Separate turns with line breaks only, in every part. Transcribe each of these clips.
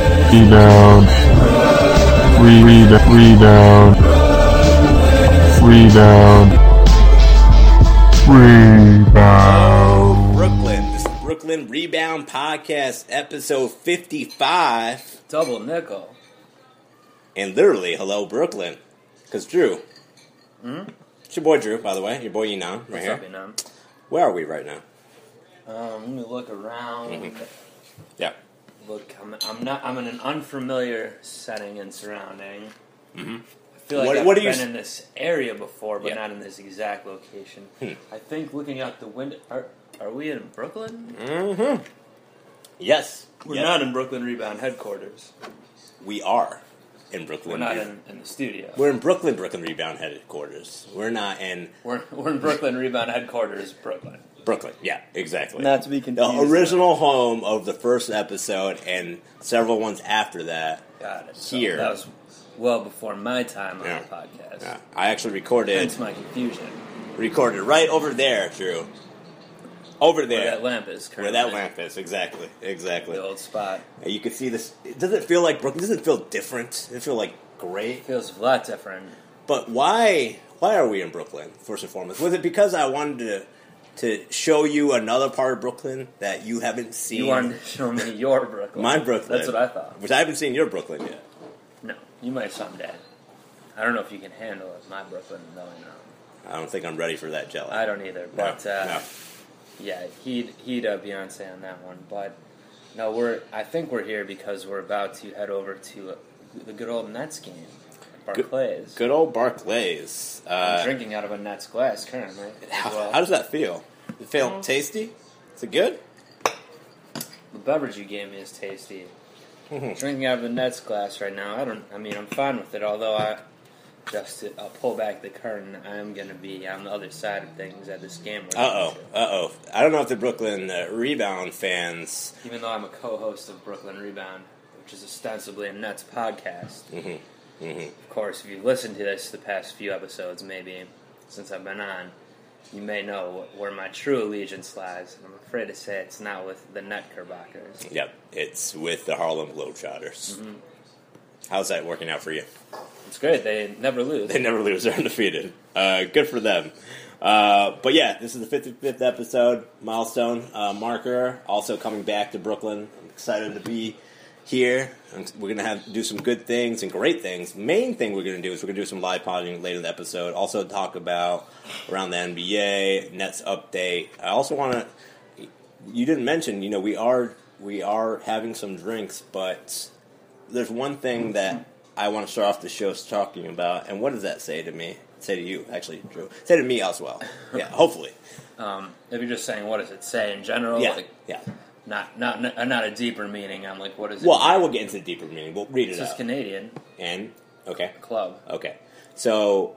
Rebound. Re- re- rebound. Rebound. Rebound.
Brooklyn, this is Brooklyn Rebound Podcast, episode 55.
Double nickel.
And literally, hello, Brooklyn. Because Drew. It's your boy Drew, by the way. Your boy Enon, right
Hmm? What's
here.
up, you know?
Where are we right now?
Um, let me look around.
Yeah.
Look, I'm, I'm not. I'm in an unfamiliar setting and surrounding. I feel like
Mm-hmm. What-
I've
what do you
been
s-
in this area before, but
Yeah.
not in this exact location.
Hmm.
I think looking out the window. Are, are we in Brooklyn?
Mm-hmm. Yes.
We're
Yes.
not in Brooklyn Rebound headquarters.
We are in Brooklyn.
We're not
Rebound.
in, in the studio. We're,
We're in Brooklyn, Brooklyn Rebound headquarters. We're not in
we're, in Brooklyn Rebound headquarters, Brooklyn.
Brooklyn. Yeah, exactly.
Not to be confused.
The original home of the first episode and several ones after that.
Got it. So
Here.
That was well before my time on
Yeah.
the podcast.
Yeah. Uh, I actually recorded
Hence my confusion.
recorded right over there, Drew. Over there,
Where that lamp is
Where
currently.
that lamp is, exactly, exactly.
The old spot.
And you can see this. It doesn't feel like Brooklyn. Doesn't feel different. It feel like great.
Feels a lot different.
But why? Why are we in Brooklyn first and foremost? Was it because I wanted to to show you another part of Brooklyn that you haven't seen?
You wanted to show me your Brooklyn.
my Brooklyn.
That's what I thought.
Which I haven't seen your Brooklyn yet.
No, you might someday. I don't know if you can handle it, my Brooklyn, knowing um,
I don't think I'm ready for that jelly.
I don't either.
No,
But uh,
no.
yeah, he'd he'd uh, Beyonce on that one. But no, we're I think we're here because we're about to head over to uh, the good old Nets game, at Barclays.
Good old Barclays.
I'm
Uh,
drinking out of a Nets glass currently. as
how,
well.
how does that feel? It feel tasty? Is it good?
The beverage you gave me is tasty. Drinking out of the Nets glass right now. I don't. I mean, I'm fine with it. Although I just to, I'll pull back the curtain. I'm gonna be on the other side of things at this game. we're
Uh oh,
going to.
uh oh. I don't know if the Brooklyn uh, Rebound fans.
Even though I'm a co-host of Brooklyn Rebound, which is ostensibly a Nets podcast. Of course, if you've listened to this the past few episodes, maybe since I've been on, you may know wh- where my true allegiance lies. And I'm afraid to say it's not with the Net Kerbackers.
Yep, it's with the Harlem Globetrotters. How's that working out for you?
It's great. They never lose.
They never lose; they're undefeated. Uh, good for them. Uh, but yeah, this is the 55th episode milestone uh, marker. Also coming back to Brooklyn. I'm excited to be here. And We're gonna have do some good things and great things. Main thing we're gonna do is we're gonna do some live podding later in the episode. Also talk about around the NBA Nets update. I also want to you didn't mention, you know, we are we are having some drinks, but there's one thing that I want to start off the show talking about, and what does that say to me? Say to you, actually, Drew. Say to me as well. Yeah, hopefully.
Um, if you're just saying what does it say in general,
Yeah,
like
yeah.
not not not, not a deeper meaning. I'm like, what is it?
Well, I will get into the deeper meaning. We'll read
it's
it
just
out.
Canadian
and okay,
club.
okay. So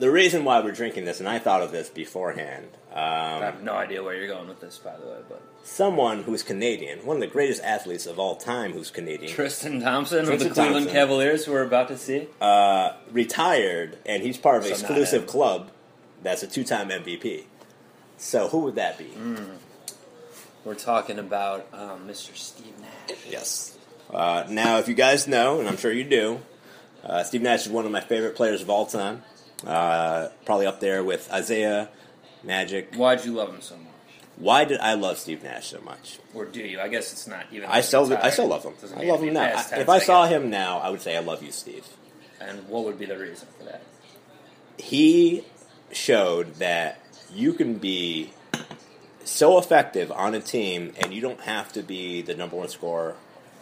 the reason why we're drinking this, and I thought of this beforehand.
I
Um,
have no idea where you're going with this, by the way. But
someone who's Canadian, one of the greatest athletes of all time, who's Canadian,
Tristan Thompson of
Tristan
the Cleveland
Thompson.
Cavaliers, who we're about to see.
uh, retired, and he's part of an
So not
exclusive
him.
club that's a two-time MVP. So who would that be?
we're talking about um, Mr. Steve Nash.
Yes. Uh, now, if you guys know, and I'm sure you do, uh, Steve Nash is one of my favorite players of all time. Uh, probably up there with Isaiah, Magic.
Why'd you love him so much,
Why did I love Steve Nash so much?
or do you? I guess it's not even.
I
if
still,
he's
I still
retired.
love him.
Doesn't
I
need
love
to be
him now.
past
I-
tense,
if I saw
guess.
him now, I would say I love you, Steve.
and what would be the reason for that?
He showed that you can be so effective on a team, and you don't have to be the number one scorer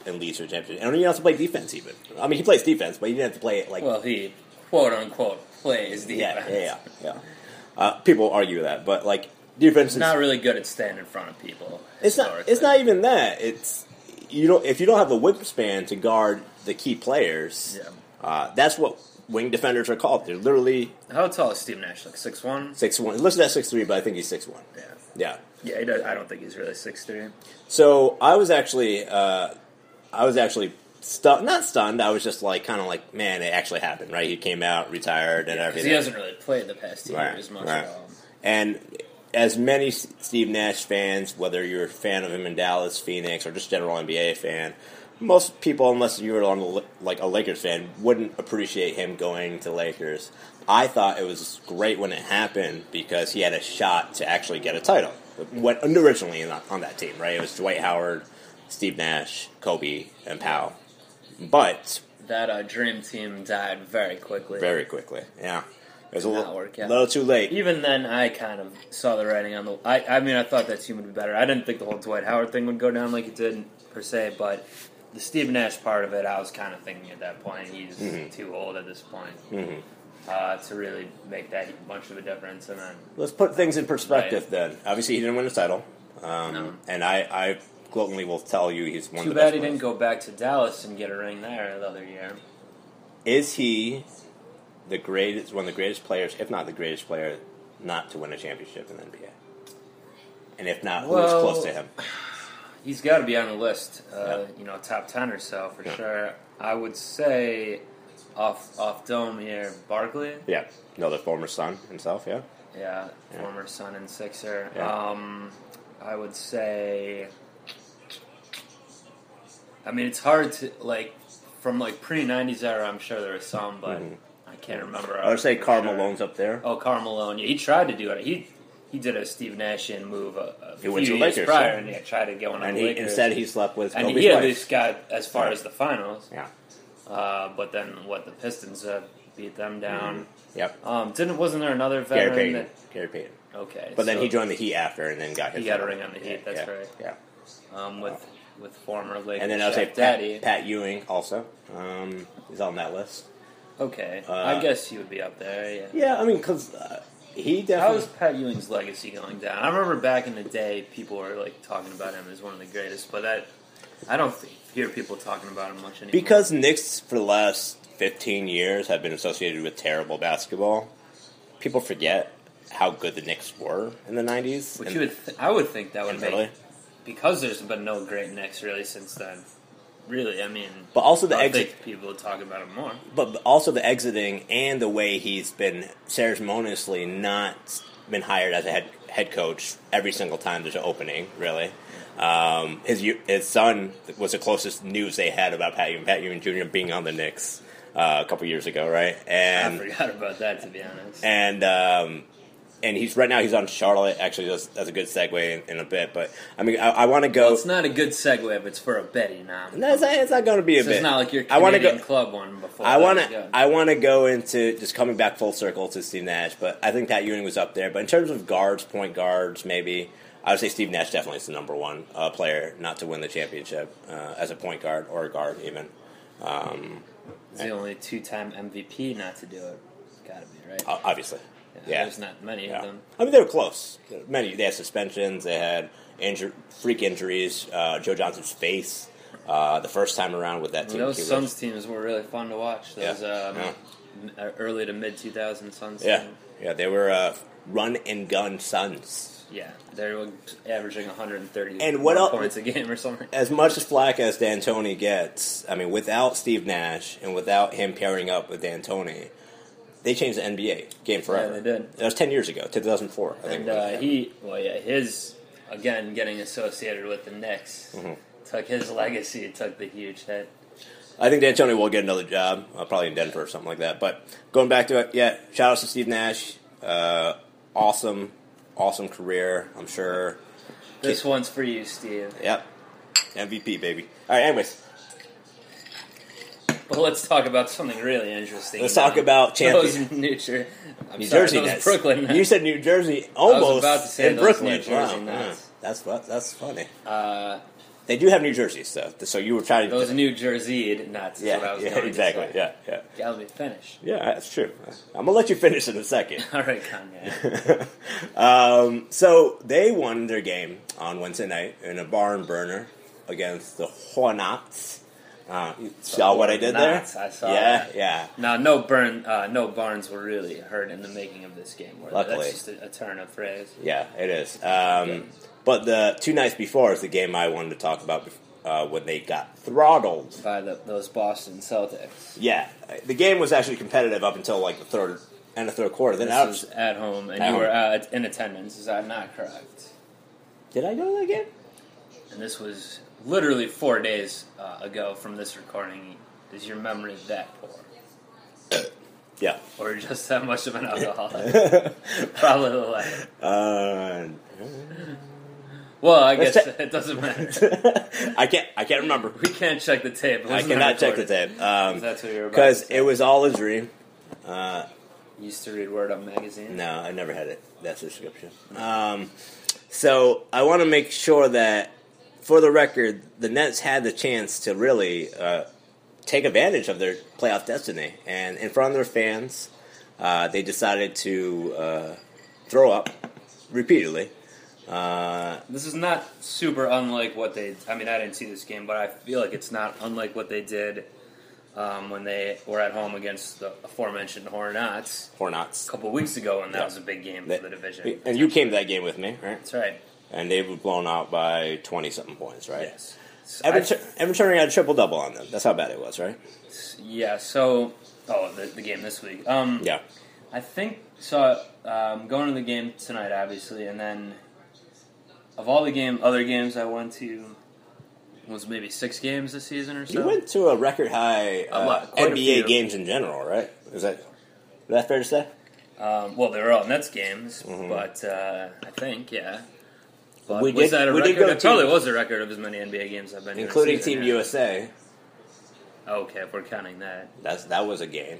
in leagues or championships. And you don't have to play defense even. I mean, he plays defense, but he didn't have to play it like
Well, he quote unquote plays the
Yeah, yeah, yeah. yeah. Uh, people argue that, but like defense is
Not really good at staying in front of people.
it's not it's not even that. It's you don't if you don't have the wingspan to guard the key players.
Yeah.
Uh, that's what wing defenders are called. They're literally
How tall is Steve Nash? Like six one?
six one. Listen at six three, but I think he's six one.
Yeah.
Yeah.
Yeah, he does, I don't think he's really six three.
So I was actually uh, I was actually stunned. Not stunned. I was just like kind of like man, it actually happened. Right? He came out, retired, and
Because
everything.
he hasn't really played the past two years much um,
right.
at all.
And as many S- Steve Nash fans, whether you're a fan of him in Dallas, Phoenix, or just general NBA fan, most people, unless you were on the, Li- like a Lakers fan, wouldn't appreciate him going to Lakers. I thought it was great when it happened because he had a shot to actually get a title. When originally in that- on that team, right? It was Dwight Howard, Steve Nash, Kobe, and Powell. But
That uh, dream team died very quickly.
very quickly, yeah, it was a
Did not
little,
work out.
little too late.
Even then, I kind of saw the writing on the. I, I mean, I thought that team would be better. I didn't think the whole Dwight Howard thing would go down like it did per se, but the Steve Nash part of it, I was kind of thinking at that point he's
Mm-hmm.
too old at this point uh, to really make that much of a difference. And then
Let's put things in perspective
Right.
then. Obviously, he didn't win the title. Um,
No.
And I, I gloatingly will tell you he's one
too
of the best
bad he didn't
players.
go back to Dallas and get a ring there the other year.
Is he the greatest, one of the greatest players, if not the greatest player, not to win a championship in the NBA? And if not, who is
Well,
close to him?
He's got to be on the list, uh,
Yeah.
you know, top ten or so for
Yeah.
sure. I would say off off dome here, Barkley.
Yeah. No, the former son himself, yeah?
Yeah, former son and Sixer.
Yeah.
Um, I would say. I mean, it's hard to like from like pre '90s era. I'm sure there are some, but I can't remember.
Mm-hmm. I would say
for
Carl
sure.
Malone's up there.
Oh, Carl Malone. Yeah, he tried to do it. He he did a Steve Nashian move a, a
He
few
went to the
years
Lakers,
prior,
yeah.
and yeah, tried to get one. on
and
the
he,
Lakers.
instead, he slept with
and
Kobe's
he at
wife.
least got as far
Yeah.
as the finals.
yeah.
Uh, but then what? The Pistons uh, beat them down.
Yep.
Um, didn't wasn't there another veteran?
Mm-hmm. Gary Payton.
that-
Gary Payton.
okay,
But then
so-
he joined the Heat after and then got his
He got a
title.
ring on the Heat, that's
yeah,
right.
Yeah.
um, with with former Lakers
And then I'll say Pat,
Shaq Daddy.
Pat Ewing also um, is on that list.
okay,
uh,
I guess he would be up there. Yeah.
Yeah, I mean, because uh, he
How
definitely.
is Pat Ewing's legacy going down? I remember back in the day, people were like talking about him as one of the greatest, but I, I don't th- hear people talking about him much anymore.
because Knicks for the last 15 years have been associated with terrible basketball, people forget how good the Knicks were in the 90s.
which
and-
you would, th- I would think that would
and
make
really.
because there's been no great Knicks really since then. Really, I mean,
But also the
I would
exit-
think people would talk about him more.
but but also the exiting and the way he's been ceremoniously not been hired as a head head coach every single time there's an opening. Really, um, his u- his son was the closest news they had about Pat Ewing, Pat Ewing Jr. being on the Knicks uh, a couple years ago, right?
I
And
forgot about that to be honest.
and um, and he's right now he's on Charlotte. Actually, that's, that's a good segue in, in a bit. But I mean, I, I want to go.
it's not a good segue if it's for a Betty now.
No, it's not, it's not going to be a
So
bit.
it's not like your
I
Canadian
want to go.
club one before.
I
that
want
was
to.
good.
I want to go into just coming back full circle to Steve Nash, but I think Pat Ewing was up there. But in terms of guards, point guards, maybe I would say Steve Nash definitely is the number one uh, player not to win the championship uh, as a point guard or a guard even. Um,
He's the only two-time MVP not to do it. Got to be right.
o- obviously, Oh, yeah.
There's not many
Yeah.
of them.
I mean, they were close. Many they had suspensions. They had injur- freak injuries. Uh, Joe Johnson's face uh, the first time around with that team.
Those
he was-
Suns teams were really fun to watch. Those
Yeah.
um,
Yeah.
m- uh, early to mid 2000 Suns.
yeah,
team.
yeah, they were uh, run and gun Suns.
Yeah. They were averaging 130
And what el-
points a game or something.
as much as flack as D'Antoni gets, I mean, without Steve Nash and without him pairing up with D'Antoni, they changed the NBA game forever.
they did.
That was ten years ago, two thousand four. I think.
And uh, he, well, yeah, his again getting associated with the Knicks
Mm-hmm.
took his legacy, took the huge hit.
I think D'Antoni will get another job, uh, probably in Denver or something like that. But going back to it, yeah, shout outs to Steve Nash. Uh, awesome, awesome career. I'm sure.
This one's for you, Steve.
Yep, MVP baby. All right, anyways.
Well, let's talk about something really interesting.
Let's
now.
talk about champion-
Those New, Jer- I'm
New
sorry,
Jersey
those
Nets.
Brooklyn Nets.
You said New Jersey almost
about to say
in
those
Brooklyn.
New Jersey
Wow,
Nets.
yeah. That's fu- that's funny.
uh,
They do have New Jerseys, though. So you were trying to.
those New Jersey Nets. Is
yeah,
what I was
yeah,
going
exactly.
To say.
Yeah, yeah,
Yeah, let me finish.
yeah. That's true. I'm gonna let you finish in a second.
All right, Kanye.
um, so they won their game on Wednesday night in a barn burner against the Hornets. Uh, you saw what I did there?
Hornets, I saw
Yeah,
that.
yeah.
now, no burn, uh, no Barnes were really hurt in the making of this game. Were they?
Luckily.
that's just a, a turn of phrase.
Yeah, it is. Um, but the two nights before is the game I wanted to talk about uh, when they got throttled
by the, those Boston Celtics.
Yeah, the game was actually competitive up until like the third and a third quarter. Then out.
This is at home, and
At
you were
home.
uh, in attendance. Is that not correct?
Did I go to that game?
And this was literally four days uh, ago from this recording. Is your memory that poor,
Yeah.
or you're just that much of an alcoholic? Probably the latter.
Uh,
Well, I
Let's
guess
check-
it doesn't matter.
I can't. I can't remember.
We can't check the tape. It
I
wasn't
cannot check the
recorded.
tape. Um,
That's what you were about
Because
to say.
it was all a dream. Uh,
You used to read Word Up magazine.
No, I never had it. That subscription. Um, so I want to make sure that, for the record, the Nets had the chance to really uh, take advantage of their playoff destiny, and in front of their fans, uh, they decided to uh, throw up repeatedly. Uh,
This is not super unlike what they. I mean, I didn't see this game, but I feel like it's not unlike what they did um, when they were at home against the aforementioned Hornets
Hornets.
a couple weeks ago, and that
Yeah.
was a big game for the division.
And you came to that game with me, right?
That's right.
And they were blown out by twenty something points, right?
Yes. So
Evan,
I-
Tur- Evan Turner had a triple double on them. That's how bad it was, right?
yeah. So, oh, the, the game this week. Um,
Yeah.
I think so. Um, going to the game tonight, obviously, and then of all the game, other games I went to was maybe six games this season or so.
You went to a record high uh,
lot, quite a few.
NBA games in general, right? Is that is that fair to say?
Um, well, they were all Nets games, but uh, I think yeah. But
Mm-hmm. We
was
did-
that a
we did
record?
go
It probably
team-
was a record of as many NBA games I've been to this
Including
season,
Team
yeah.
USA,
Okay, if we're counting that,
that's that was a game.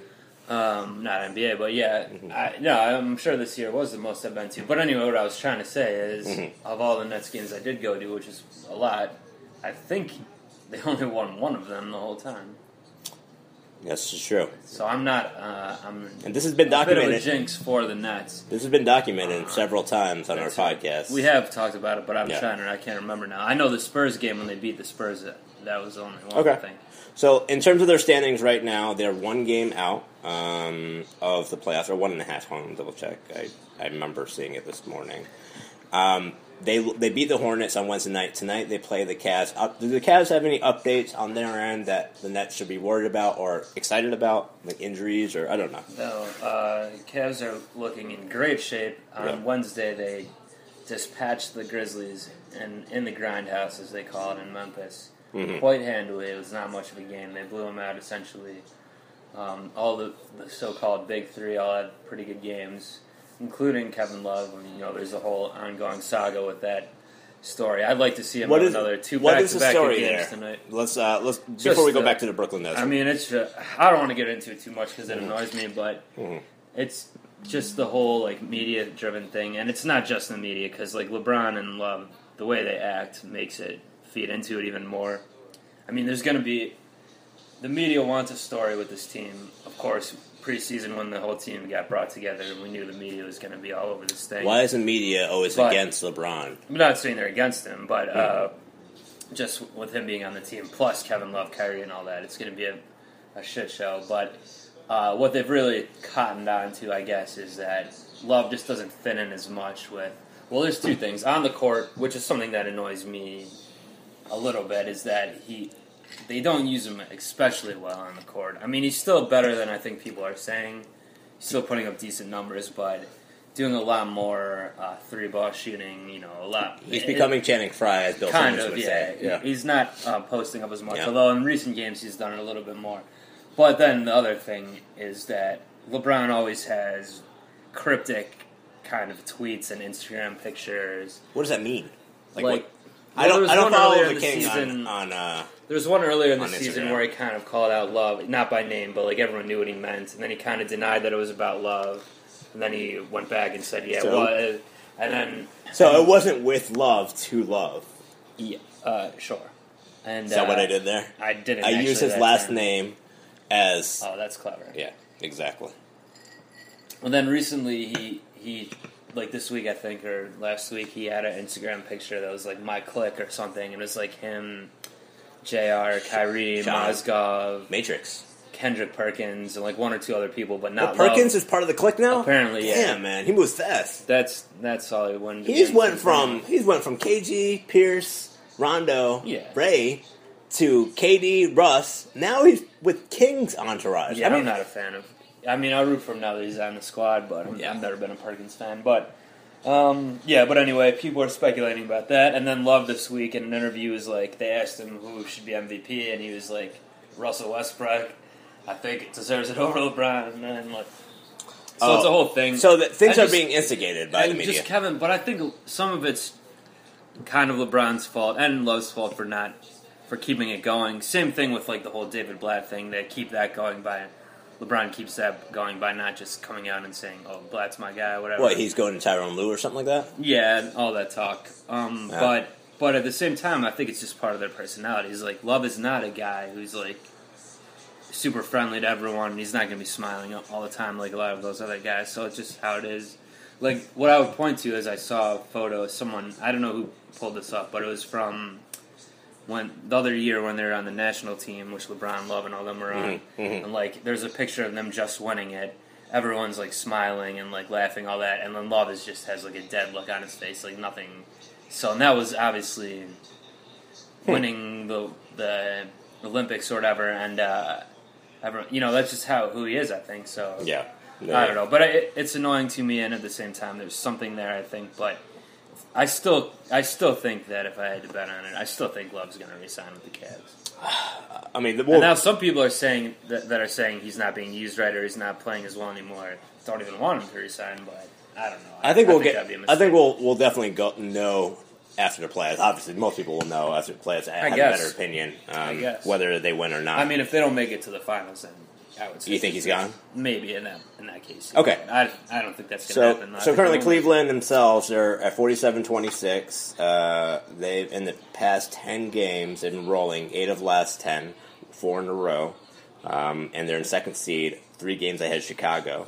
um, not NBA, but yeah,
Mm-hmm.
I, no, I'm sure this year was the most I've been to. But anyway, what I was trying to say is,
Mm-hmm.
of all the Nets games I did go to, which is a lot, I think they only won one of them the whole time.
That's just true.
So I'm not, uh, I'm
And this has been
a bit of a
documented.
jinx for the Nets.
This has been documented several times on our
That's right.
podcast.
We have talked about it, but I'm
Yeah.
trying to. I can't remember now. I know the Spurs game when they beat the Spurs. That, that was the only one
Okay.
thing.
So in terms of their standings right now, they're one game out um, of the playoffs, or one and a half. Hold on, double check. I, I remember seeing it this morning. Um, they they beat the Hornets on Wednesday night. Tonight they play the Cavs. Up, do the Cavs have any updates on their end that the Nets should be worried about or excited about, like injuries or I don't know.
No, uh, Cavs are looking in great shape. On
Yeah.
Wednesday, they dispatched the Grizzlies in, in the grindhouse, as they call it in Memphis,
Mm-hmm.
quite handily. It was not much of a game. They blew them out essentially. Um, all the, the so-called big three all had pretty good games, including Kevin Love. I mean, you know, there's a whole ongoing saga with that story. I'd like to see him
What
have
is
another two
what is the
back-to-back
story
games
there?
tonight.
Let's uh, let's before we go
the-
back to the Brooklyn Nets.
I mean, it's. ju- I don't want to get into it too much because it annoys me, but it's just the whole like media-driven thing, and it's not just the media because like LeBron and Love, the way they act makes it feed into it even more. I mean, there's going to be the media wants a story with this team, of course. Preseason when the whole team got brought together, we knew the media was going to be all over this thing.
Why is the media always
But-
against LeBron?
I'm not saying they're against him, but uh, just with him being on the team, plus Kevin Love, Kyrie, and all that, it's going to be a, a shit show. But uh, what they've really cottoned on to, I guess, is that Love just doesn't fit in as much with. Well, there's two things on the court, which is something that annoys me a little bit, is that he they don't use him especially well on the court. I mean, he's still better than I think people are saying. He's still putting up decent numbers, but doing a lot more uh, three ball shooting. You know, a lot.
He's
it-
becoming Channing Frye, as Bill
kind
Simmons
of
would
yeah.
say. Yeah.
He's not uh, posting up as much,
Yeah.
although in recent games he's done it a little bit more. But then the other thing is that LeBron always has cryptic kind of tweets and Instagram pictures.
What does that mean? Like,
Like,
what?
well,
I
there
don't.
was
I don't
one
follow
earlier
the
this
king on,
season-
on uh,
There was one earlier in the
On
season
Instagram.
where he kind of called out love, not by name, but like everyone knew what he meant, and then he kind of denied that it was about love, and then he went back and said, "Yeah, it
So-
was," and then
So it wasn't with love to love.
yeah, uh, sure. And
Is that
uh,
what I did there?
I didn't.
I
actually
used his
that
last
time.
name as.
Oh, that's clever.
yeah, exactly.
And then recently he he like this week I think or last week he had an Instagram picture that was like my click or something and it was like him, Jr. Kyrie,
Sean.
Mozgov,
Matrix.
Kendrick Perkins, and like one or two other people, but
Well,
not
Perkins is
Love.
part of the clique now.
Uh, Apparently, yeah.
Damn, man, he was fast.
That's that's all he wanted. to
He's
get
went
into.
from he's went from KG, Pierce, Rondo,
Yeah.
Ray to KD, Russ. Now he's with King's entourage.
yeah.
I
I'm
don't
not a fan of. I mean, I root for him now that he's on the squad, but I'm,
Yeah.
I've never been a Perkins fan. But um, yeah, but anyway, people are speculating about that. And then Love this week in an interview is like they asked him who should be MVP, and he was like Russell Westbrook. I think it deserves it over LeBron, and then like Oh. so it's a whole thing.
oh. So that things
I
are
just-
being instigated by the
and
media.
Just Kevin, but I think some of it's kind of LeBron's fault and Love's fault for not for keeping it going. Same thing with like the whole David Blatt thing. They keep that going by LeBron keeps that going by not just coming out and saying, "Oh, Blatt's my guy," whatever.
what he's going to Tyrone Lou or something like that?
yeah, and all that talk. Um,
Yeah.
But but at the same time, I think it's just part of their personalities. Like Love is not a guy who's like super friendly to everyone. He's not going to be smiling all the time like a lot of those other guys. So it's just how it is. Like what I would point to is I saw a photo of someone I don't know who pulled this up, but it was from when the other year when they were on the national team, which LeBron, Love, and all them were on. And like there's a picture of them just winning it. Everyone's like smiling and like laughing, all that, and then Love is just has like a dead look on his face, like nothing. So and that was obviously winning the the Olympics or whatever, and uh, everyone, you know, that's just how who he is. I think so.
Yeah.
I don't know, but it, it's annoying to me, and at the same time, there's something there. I think, but I still, I still think that if I had to bet on it, I still think Love's going to resign with the Cavs.
I mean, the,
And
well,
now some people are saying that, that are saying he's not being used right or he's not playing as well anymore. Don't even want him to resign, but I don't know.
I think we'll
that'd be
get.
a
I
mistake.
think we'll we'll definitely go know after the playoffs. Obviously, most people will know after the playoffs. I have
guess.
a better opinion um,
guess.
whether they win or not.
I mean, if they don't make it to the finals, then I would. Say
You think he's gone?
Maybe in that in that case.
Okay.
I, I don't think that's going
so
to happen. I
so
think
currently
they'll-
Cleveland themselves are at 47-26. Uh, they've in the past ten games they've been rolling eight of last ten, four in a row, um, and they're in second seed, three games ahead of Chicago.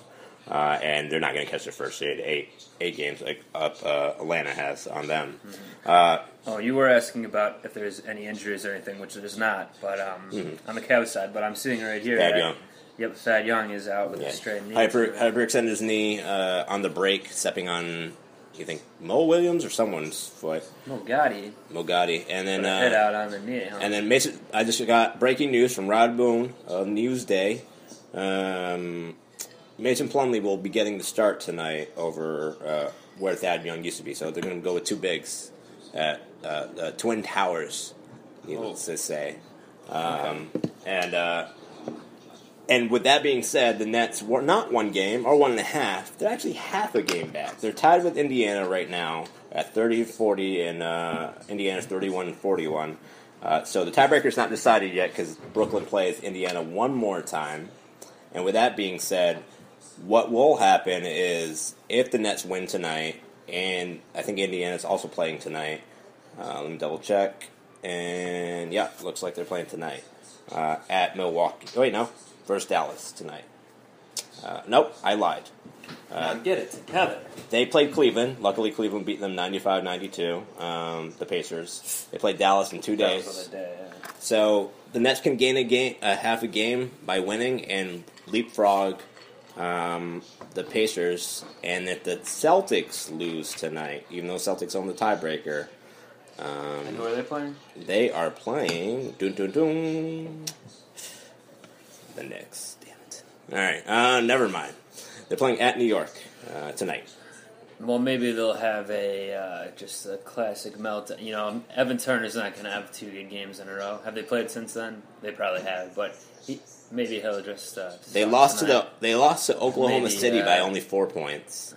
Uh, and they're not going to catch their first seed. Eight, eight games like up uh, Atlanta has on them.
Oh, you were asking about if there's any injuries or anything, which there's not. But um, on the Cavs side, but I'm sitting right here.
Hmm. Thad
right?
Young.
Yep, Thad Young is out with
Yeah.
a strained knee.
Hyper hyperextended his knee uh, on the break, stepping on you think Mo Williams or someone's foot,
Oh God, he
Mo Gotti, and then
put a head
uh,
out on the knee. Huh?
and then Mason. I just got breaking news from Rod Boone of Newsday. Um, Mason Plumley will be getting the start tonight over uh, where Thad Young used to be, so they're going to go with two bigs at uh, uh, Twin Towers, needless to say, um, and. Uh, and with that being said, the Nets were not one game or one and a half. They're actually half a game back. They're tied with Indiana right now at 30 40, and uh, Indiana's 31 41. Uh, so the tiebreaker's not decided yet because Brooklyn plays Indiana one more time. And with that being said, what will happen is if the Nets win tonight, and I think Indiana's also playing tonight. Uh, let me double check. And yeah, looks like they're playing tonight uh, at Milwaukee. Oh, wait, no, versus Dallas tonight. Uh, nope, I lied.
Now get it together.
They played Cleveland. Luckily, Cleveland beat them 95 92, um, the Pacers. They played Dallas in two
That was
days.
for the day, yeah.
So the Nets can gain a game, a half a game by winning and leapfrog um, the Pacers. And if the Celtics lose tonight, even though Celtics own the tiebreaker,
And who are they playing?
they are playing dun, dun, dun, the Knicks. Damn it! All right, uh, never mind. They're playing at New York uh, tonight.
Well, maybe they'll have a uh, just a classic meltdown. You know, Evan Turner's not going to have two good games in a row. Have they played since then? They probably have, but he, maybe he'll just. Uh,
They
suck
lost to
tonight.
the they lost to Oklahoma
Maybe,
City
uh,
by only four points.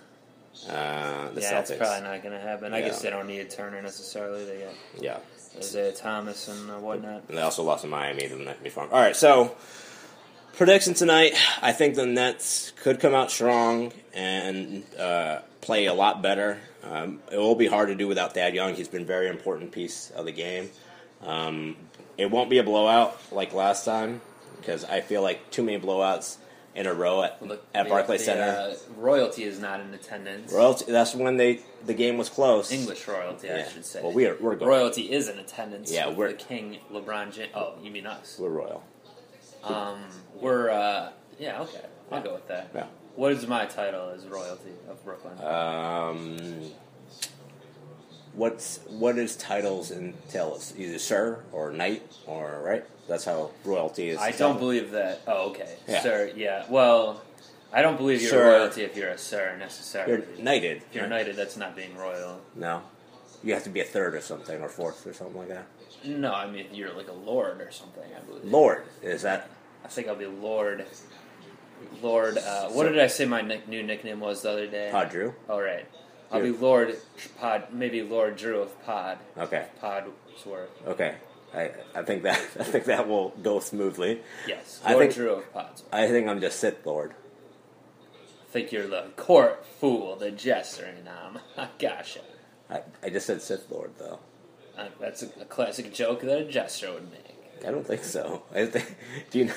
Uh, the
yeah,
Celtics.
it's probably not going to happen. I
Yeah.
guess they don't need Turner necessarily. They got
Yeah.
Isaiah Thomas and uh, whatnot.
And they also lost to Miami the night before. All right, so prediction tonight. I think the Nets could come out strong and uh, play a lot better. Um, it will be hard to do without Thad Young. He's been a very important piece of the game. Um, it won't be a blowout like last time because I feel like too many blowouts in a row at,
Look,
at
the-
Barclays
the,
Center.
uh, royalty is not in attendance.
Well, that's when they the game was close.
English royalty, I
Yeah.
should say.
Well, we are- we're going-
royalty is in attendance.
Yeah,
with
we're-
the king LeBron James. Oh, you mean us?
We're royal.
Um, we're uh, yeah, okay, I'll go with that.
Yeah. Uh,
What is my title as royalty of Brooklyn?
Um, what's what is titles entail? It's either sir or knight or right. That's how royalty is.
I don't believe that. Oh, okay,
Yeah.
sir. Yeah, well, I don't believe you're
Sir.
royalty if you're a sir necessarily.
You're knighted.
If you're knighted, that's not being royal.
No. You have to be a third or something, or fourth or something like that.
No, I mean you're like a lord or something. I believe.
Lord. Is that.
I think I'll be lord. Lord, uh, what did I say my nick- new nickname was the other day?
Pod Drew?
All right, I'll
Drew.
be Lord Pod. Maybe Lord Drew of Pod.
Okay.
Podsworth.
Okay. I, I think that I think that will go smoothly.
Yes,
I
Lord
think-
Drew of Podsworth.
I think I'm just Sith Lord.
I think you're the court fool, the jester, and um, gosh,
I, I just said Sith Lord though.
uh, that's a, a classic joke that a jester would make.
I don't think so. I think, do you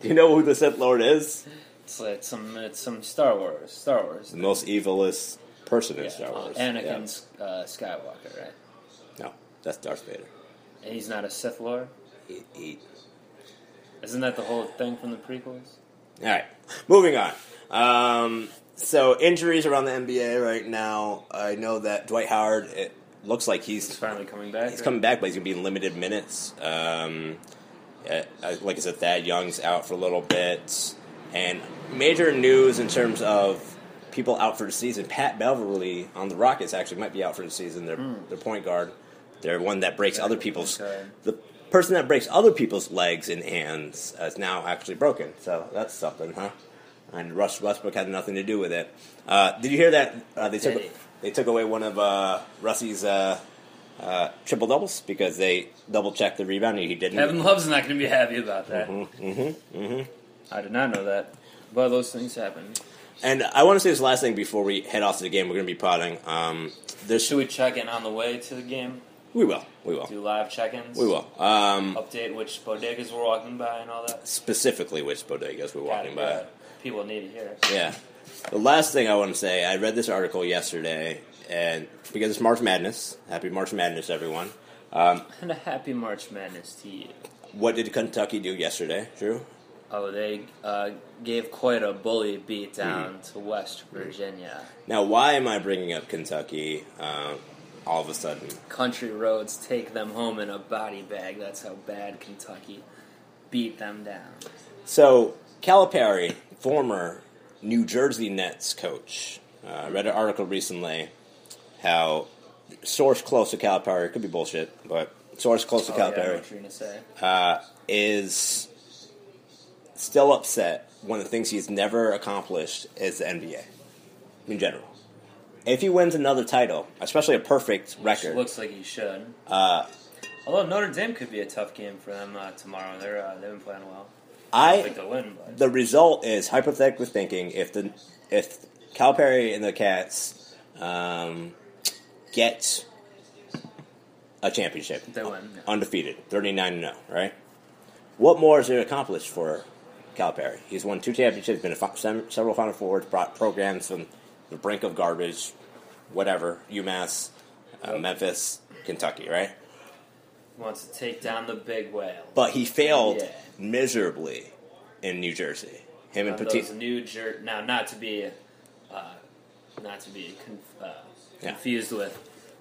do you know who the Sith Lord is?
It's like some it's some Star Wars, Star Wars.
The most evilest person in
Yeah,
Star Wars.
Anakin uh, Skywalker, right?
Yeah. No, that's Darth Vader.
And he's not a Sith Lord.
He, he-
Isn't that the whole thing from the prequels?
All right, moving on. Um, so injuries around the NBA right now. I know that Dwight Howard. It looks like
He's
he's
finally coming back.
he's
right?
coming back, but he's gonna be in limited minutes. Um, uh, uh, like I said, Thad Young's out for a little bit, and major news in terms of people out for the season. Pat Beverly on the Rockets actually might be out for the season. Their their point guard, they're one that breaks other people's
Hmm. Okay.
the person that breaks other people's legs and hands is now actually broken. So that's something, huh? And Russ Westbrook had nothing to do with it. Uh, did you hear that uh, they took
Did he?
they took away one of uh, Russie's uh, uh, triple doubles because they double checked the rebound and he didn't.
Kevin Love's not going to be happy about that.
Mm-hmm,
I did not know that. But those things happen.
And I want to say this last thing before we head off to the game. We're going to be potting. Um, there's
Should we check in on the way to the game?
we will we will
Do live check-ins?
we will. Um,
Update which bodegas we're walking by and all that.
specifically, which bodegas we're walking by.
Gotta, uh, People need to hear. it.
Yeah. The last thing I want to say, I read this article yesterday, and because it's March Madness, happy March Madness, everyone.
And a happy March Madness to you.
What did Kentucky do yesterday, Drew?
Oh, they uh, gave quite a bully
Mm-hmm.
beatdown to West Virginia.
Now, why am I bringing up Kentucky uh, all of a sudden?
Country roads take them home in a body bag. That's how bad Kentucky beat them down.
So, Calipari, former New Jersey Nets coach, uh, read an article recently how source close to Calipari, it could be bullshit, but source close to
Oh, yeah, I know
Calipari. uh,
what you're gonna say.
is still upset. One of the things he's never accomplished is the NBA in general. If he wins another title, especially a perfect record,
Looks like he should.
Uh,
Although Notre Dame could be a tough game for them uh, tomorrow. They're uh, they've been playing well. I think
I
they'll win, but
the result is hypothetically thinking if the if Calipari and the Cats um, get a championship,
they win. yeah.
undefeated, 39 0, right? What more is there accomplished for Calipari? He's won two championships, been to fi- sem- several Final Fours, brought programs from the brink of garbage, whatever, UMass, uh, Memphis, Kentucky, right?
Wants to take down the big whale.
But he failed
Yeah.
miserably in New Jersey. Him and
On
Petit.
those New Jer- now not to be, uh, not to be conf- uh,
Yeah.
confused with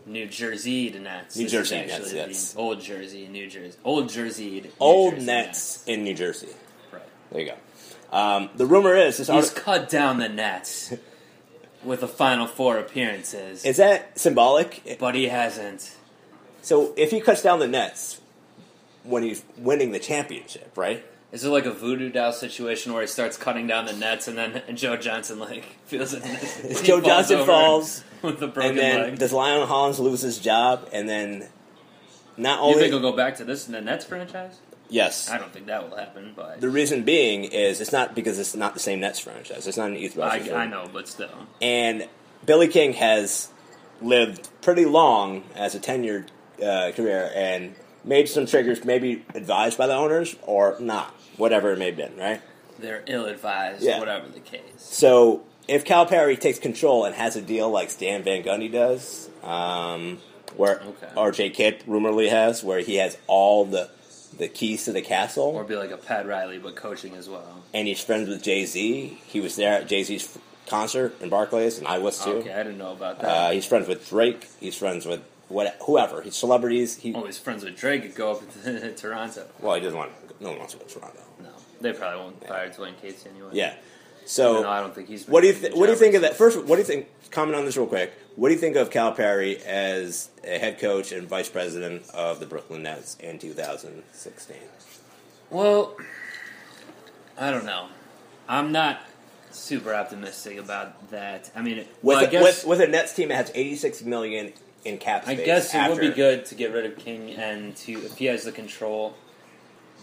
New Jersey Nets.
New
This is
Jersey
actually
Nets,
the
yes.
Old Jersey, New Jersey, Old Jersey, New
Old
Jersey
Nets in New Jersey.
Right.
There you go. Um, the rumor is this
He's
article,
cut down the Nets with the final four appearances,
is that symbolic?
but he hasn't.
So if he cuts down the Nets when he's winning the championship, right?
Is it like a voodoo doll situation where he starts cutting down the nets and then Joe Johnson like feels it? he
Joe Johnson
over
falls,
with the broken
and then
leg.
does Lionel Hollins lose his job? And then not
you
only
think he'll go back to this in the Nets franchise?
yes,
I don't think that will happen, but
the reason being is it's not because it's not the same Nets franchise. It's not an East
I,
Rutherford.
I know, but still,
And Billy King has lived pretty long as a tenured uh, career and made some triggers, maybe advised by the owners or not, whatever it may have been. Right.
they're ill-advised,
Yeah.
whatever the case.
So if Calipari takes control and has a deal like Stan Van Gundy does, um, where
Okay.
RJ Kidd rumorly has, where he has all the the keys to the castle,
Or be like a Pat Riley, but coaching as well.
and he's friends with Jay Z. He was there at Jay Z's concert in Barclays, and I was too.
Okay, I didn't know about that.
Uh, he's friends with Drake. He's friends with what whoever. He's celebrities. He
oh, his friends with Drake could go up to Toronto.
well, he doesn't want no one wants to go to Toronto.
No, they probably won't fire Dwayne Casey anyway.
Yeah. So
Even though I don't think he's
What do you
been
th- What do you think of
job
that? First, what do you think? Comment on this real quick. What do you think of Calipari as a head coach and vice president of the Brooklyn Nets in 2016?
Well, I don't know. I'm not super optimistic about that. I mean,
With,
well, I
a,
guess
with, with a Nets team that has 86 million in cap
I
space,
guess it would be
after-
good to get rid of King and to if he has the control,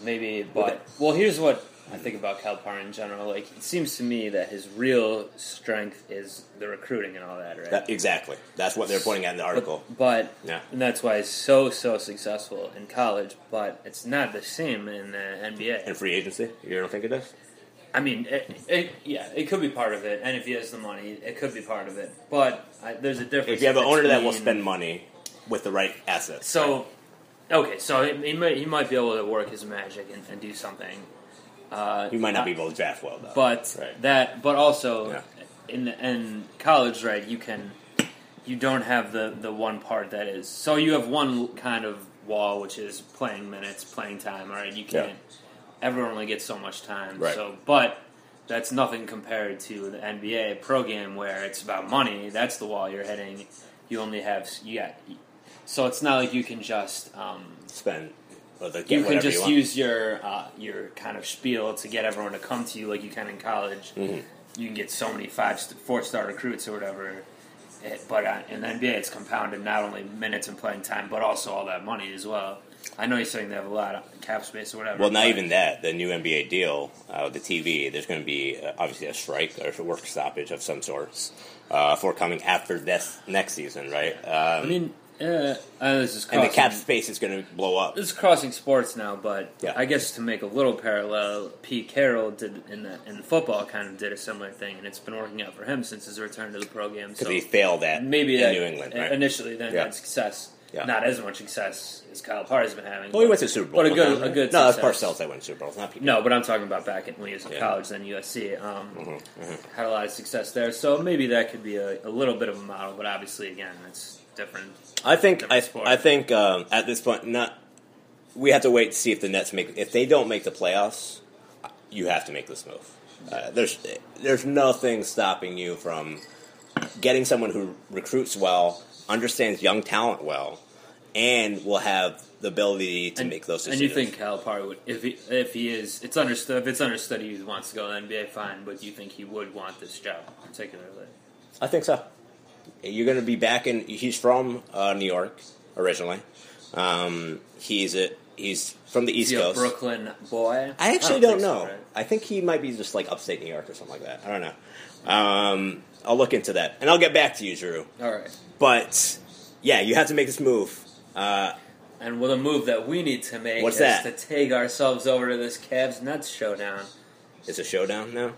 maybe. But well, here's what I think about Calipari in general. Like, it seems to me that his real strength is the recruiting and all that, right?
That- exactly. That's what they're pointing out in the article.
But
Yeah.
and that's why he's so so successful in college. But it's not the same in the NBA.
And free agency. You don't think it does?
I mean, it, it, yeah, it could be part of it, and if he has the money, it could be part of it. But I, there's a difference.
If you have an owner that will
between-
spend money with the right assets,
so okay, so he, he might he might be able to work his magic and, and do something. Uh,
you might not be able to draft well though.
but
Right.
that but also
Yeah.
in the, in college, right? You can you don't have the the one part that is so you have one kind of wall which is playing minutes, playing time. All right, you
Yeah.
can't. Everyone only gets so much time.
Right.
So, but that's nothing compared to the NBA pro game where it's about money. That's the wall you're hitting. You only have you got. So it's not like you can just um,
spend. Well, they get
you can
whatever
just
you want.
use your uh, your kind of spiel to get everyone to come to you like you can in college.
Mm-hmm.
You can get so many five st- four star recruits or whatever. It, but uh, in the NBA, it's compounded not only minutes and playing time, but also all that money as well. I know you're saying they have a lot of cap space or whatever.
Well, not
but-
even that. The new NBA deal uh, with the TV, there's going to be uh, obviously a strike or a work stoppage of some sorts uh, for coming after this next season, right?
I
Um,
mean, uh, uh, this is
and
crossing,
the cap space is going to blow up.
This is crossing sports now, but
Yeah.
I guess to make a little parallel, Pete Carroll did in the in football kind of did a similar thing, and it's been working out for him since his return to the pro game.
Because
so-
he failed at
maybe
in
that
New England, right?
initially then
Yeah.
had success.
Yeah.
Not as much success as Kyle Parr's been having.
well, he went to the Super Bowl.
But a good,
wasn't
a
he?
good.
No,
success.
that's Parcells that went to Super Bowl. It's not people.
No, but I'm talking about back at, when he was in
Yeah. Mm-hmm,
college, then USC. Um, Had a lot of success there, so maybe that could be a, a little bit of a model. But obviously, again, it's different.
I think
Different
I,
sport.
I think um, at this point, not we have to wait to see if the Nets make. If they don't make the playoffs, you have to make this move. Uh, there's there's nothing stopping you from getting someone who recruits well, understands young talent well, and will have the ability to make those
and
decisions.
you think Calipari would, if he, if he is, it's understood. If it's understood, he wants to go to the NBA, fine. But do you think he would want this job particularly?
I think so. You're going to be back in. He's from uh, New York originally. Um, he's a he's from the East
Is he a
Coast.
Brooklyn boy?
I actually don't,
think so,
know.
right?
I think he might be just like upstate New York or something like that. I don't know. Um, I'll look into that and I'll get back to you, Drew.
All right.
But yeah, you have to make this move. Uh,
And with a move that we need to make
What's
is
that?
to take ourselves over to this Cavs Nuts showdown.
it's a showdown now.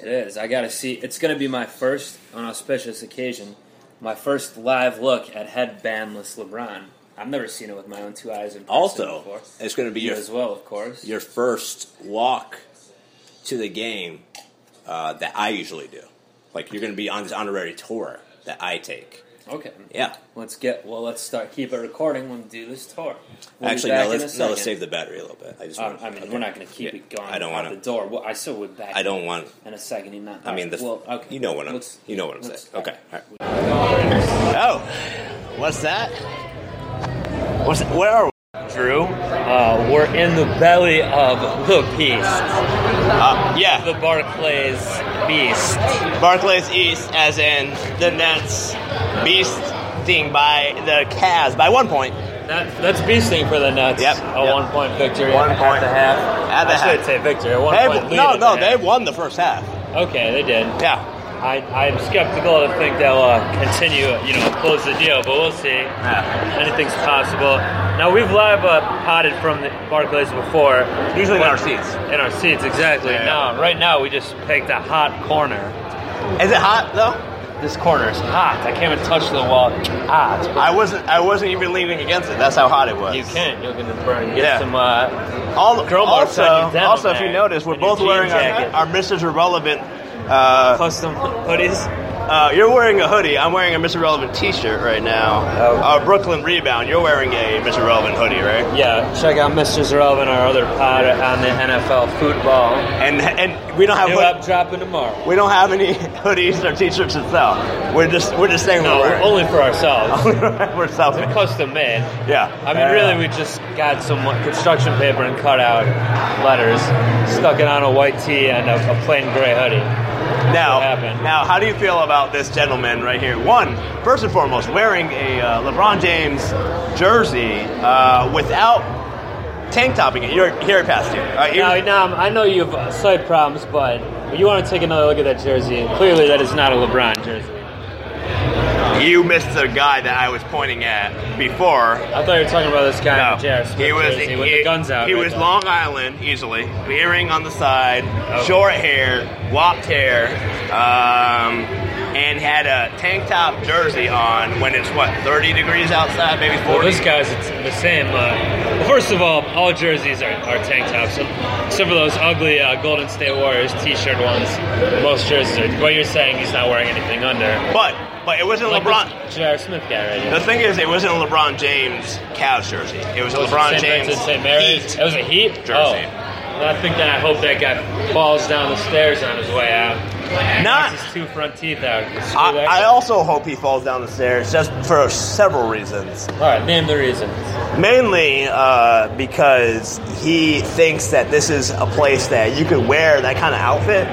It is. I got to see. It's going to be my first, on auspicious occasion, my first live look at headbandless LeBron. I've never seen it with my own two eyes in person
Also,
before.
it's going to be
You
your
as well, of course.
your first walk to the game uh, that I usually do. Like you're going to be on this honorary tour that I take.
Okay.
Yeah.
Let's get. Well, let's start. Keep it recording when we do this tour. We'll be
Actually,
back
no.
in a
Let's no. Let's
second.
save the battery a little bit. I just.
Um,
want-
I mean,
okay.
we're not going to keep
Yeah,
it going
I don't
out
want
the door. Well, I still would back.
I don't want.
In a second, you're not.
I mean, the,
well, okay.
you know what I'm.
Let's-
you know what I'm
let's-
saying. Okay. All right. Oh, what's that? What's where are we?
Drew, uh, we're in the belly of the beast,
Uh, yeah,
the Barclays beast.
Barclays East, as in the Nets beasting by the Cavs by one point.
That, that's beasting for the Nets.
Yep,
A
yep.
one point victory.
One
at
point.
the half.
At the
I should
half.
say victory. A one
They,
point lead
no,
at
no,
the
they
half.
won the first half.
Okay, they did.
Yeah.
I, I'm skeptical to think they'll uh, continue, you know, close the deal, but we'll see. Anything's possible. Now we've live uh, potted from the Barclays before
Usually in our seats.
in our seats. Exactly.
Yeah, yeah.
Now, right now, we just picked a hot corner.
Is it hot though?
This corner is hot. I can't even touch the wall. Hot.
I wasn't. I wasn't even leaning against it. That's how hot it was.
You can. You're gonna burn. Get
Yeah.
some. Uh,
All,
Girl marks
also,
on your denim
also, if
there,
you notice, we're
and your
both
jean
wearing
jacket.
our, our Mrs. Irrelevant uh,
custom hoodies.
Uh, you're wearing a hoodie. I'm wearing a Mr. Relevant T-shirt right now.
Oh.
Uh, Brooklyn Rebound. You're wearing a Mr. Relevant hoodie, right?
Yeah, check out Mr. Relevant, our other pod on the NFL football.
And and we don't have
New
hood-
up dropping tomorrow.
we don't have any hoodies or T-shirts to sell. We're just we're just saying
No,
we're wearing.
only for ourselves.
we're selling.
Custom made.
Yeah.
I mean, really, we just got some construction paper and cut out letters, stuck it on a white tee and a, a plain gray hoodie.
Now,
what happened.
now, how do you feel about this gentleman right here? One, first and foremost, wearing a uh, LeBron James jersey uh, without tank topping it. You're here past you. All right, you're-
Now, now, I know you have slight problems, but you want to take another look at that jersey. and Clearly, that is not a LeBron jersey.
You missed the guy that I was pointing at before.
I thought you were talking about this guy in
No,
the J.R. Smith
he was
jersey with the guns out.
He
right
was
there.
Long Island easily, earring on the side, short hair, locked hair, um, and had a tank top jersey on when it's what 30 degrees outside, maybe 40.
Well, this guy's it's the same. Uh, well, first of all, all jerseys are, are tank tops, except for those ugly uh, Golden State Warriors T-shirt ones. Most jerseys are. What you're saying, he's not wearing anything under.
but but it wasn't
Like
LeBron.
this J.R. Smith guy right here.
The thing is, it wasn't a LeBron James Cavs jersey. It was a LeBron
St.
James
Vincent, St. Mary's.
Heat.
It was a Heat
jersey.
Oh. Well, I think then I hope that guy falls down the stairs on his way out.
Not-
Knocks his two front teeth out. Screw
I,
that
I
guy.
also hope he falls down the stairs just for several reasons.
All right, name the reasons.
Mainly uh, because he thinks that this is a place that you could wear that kind of outfit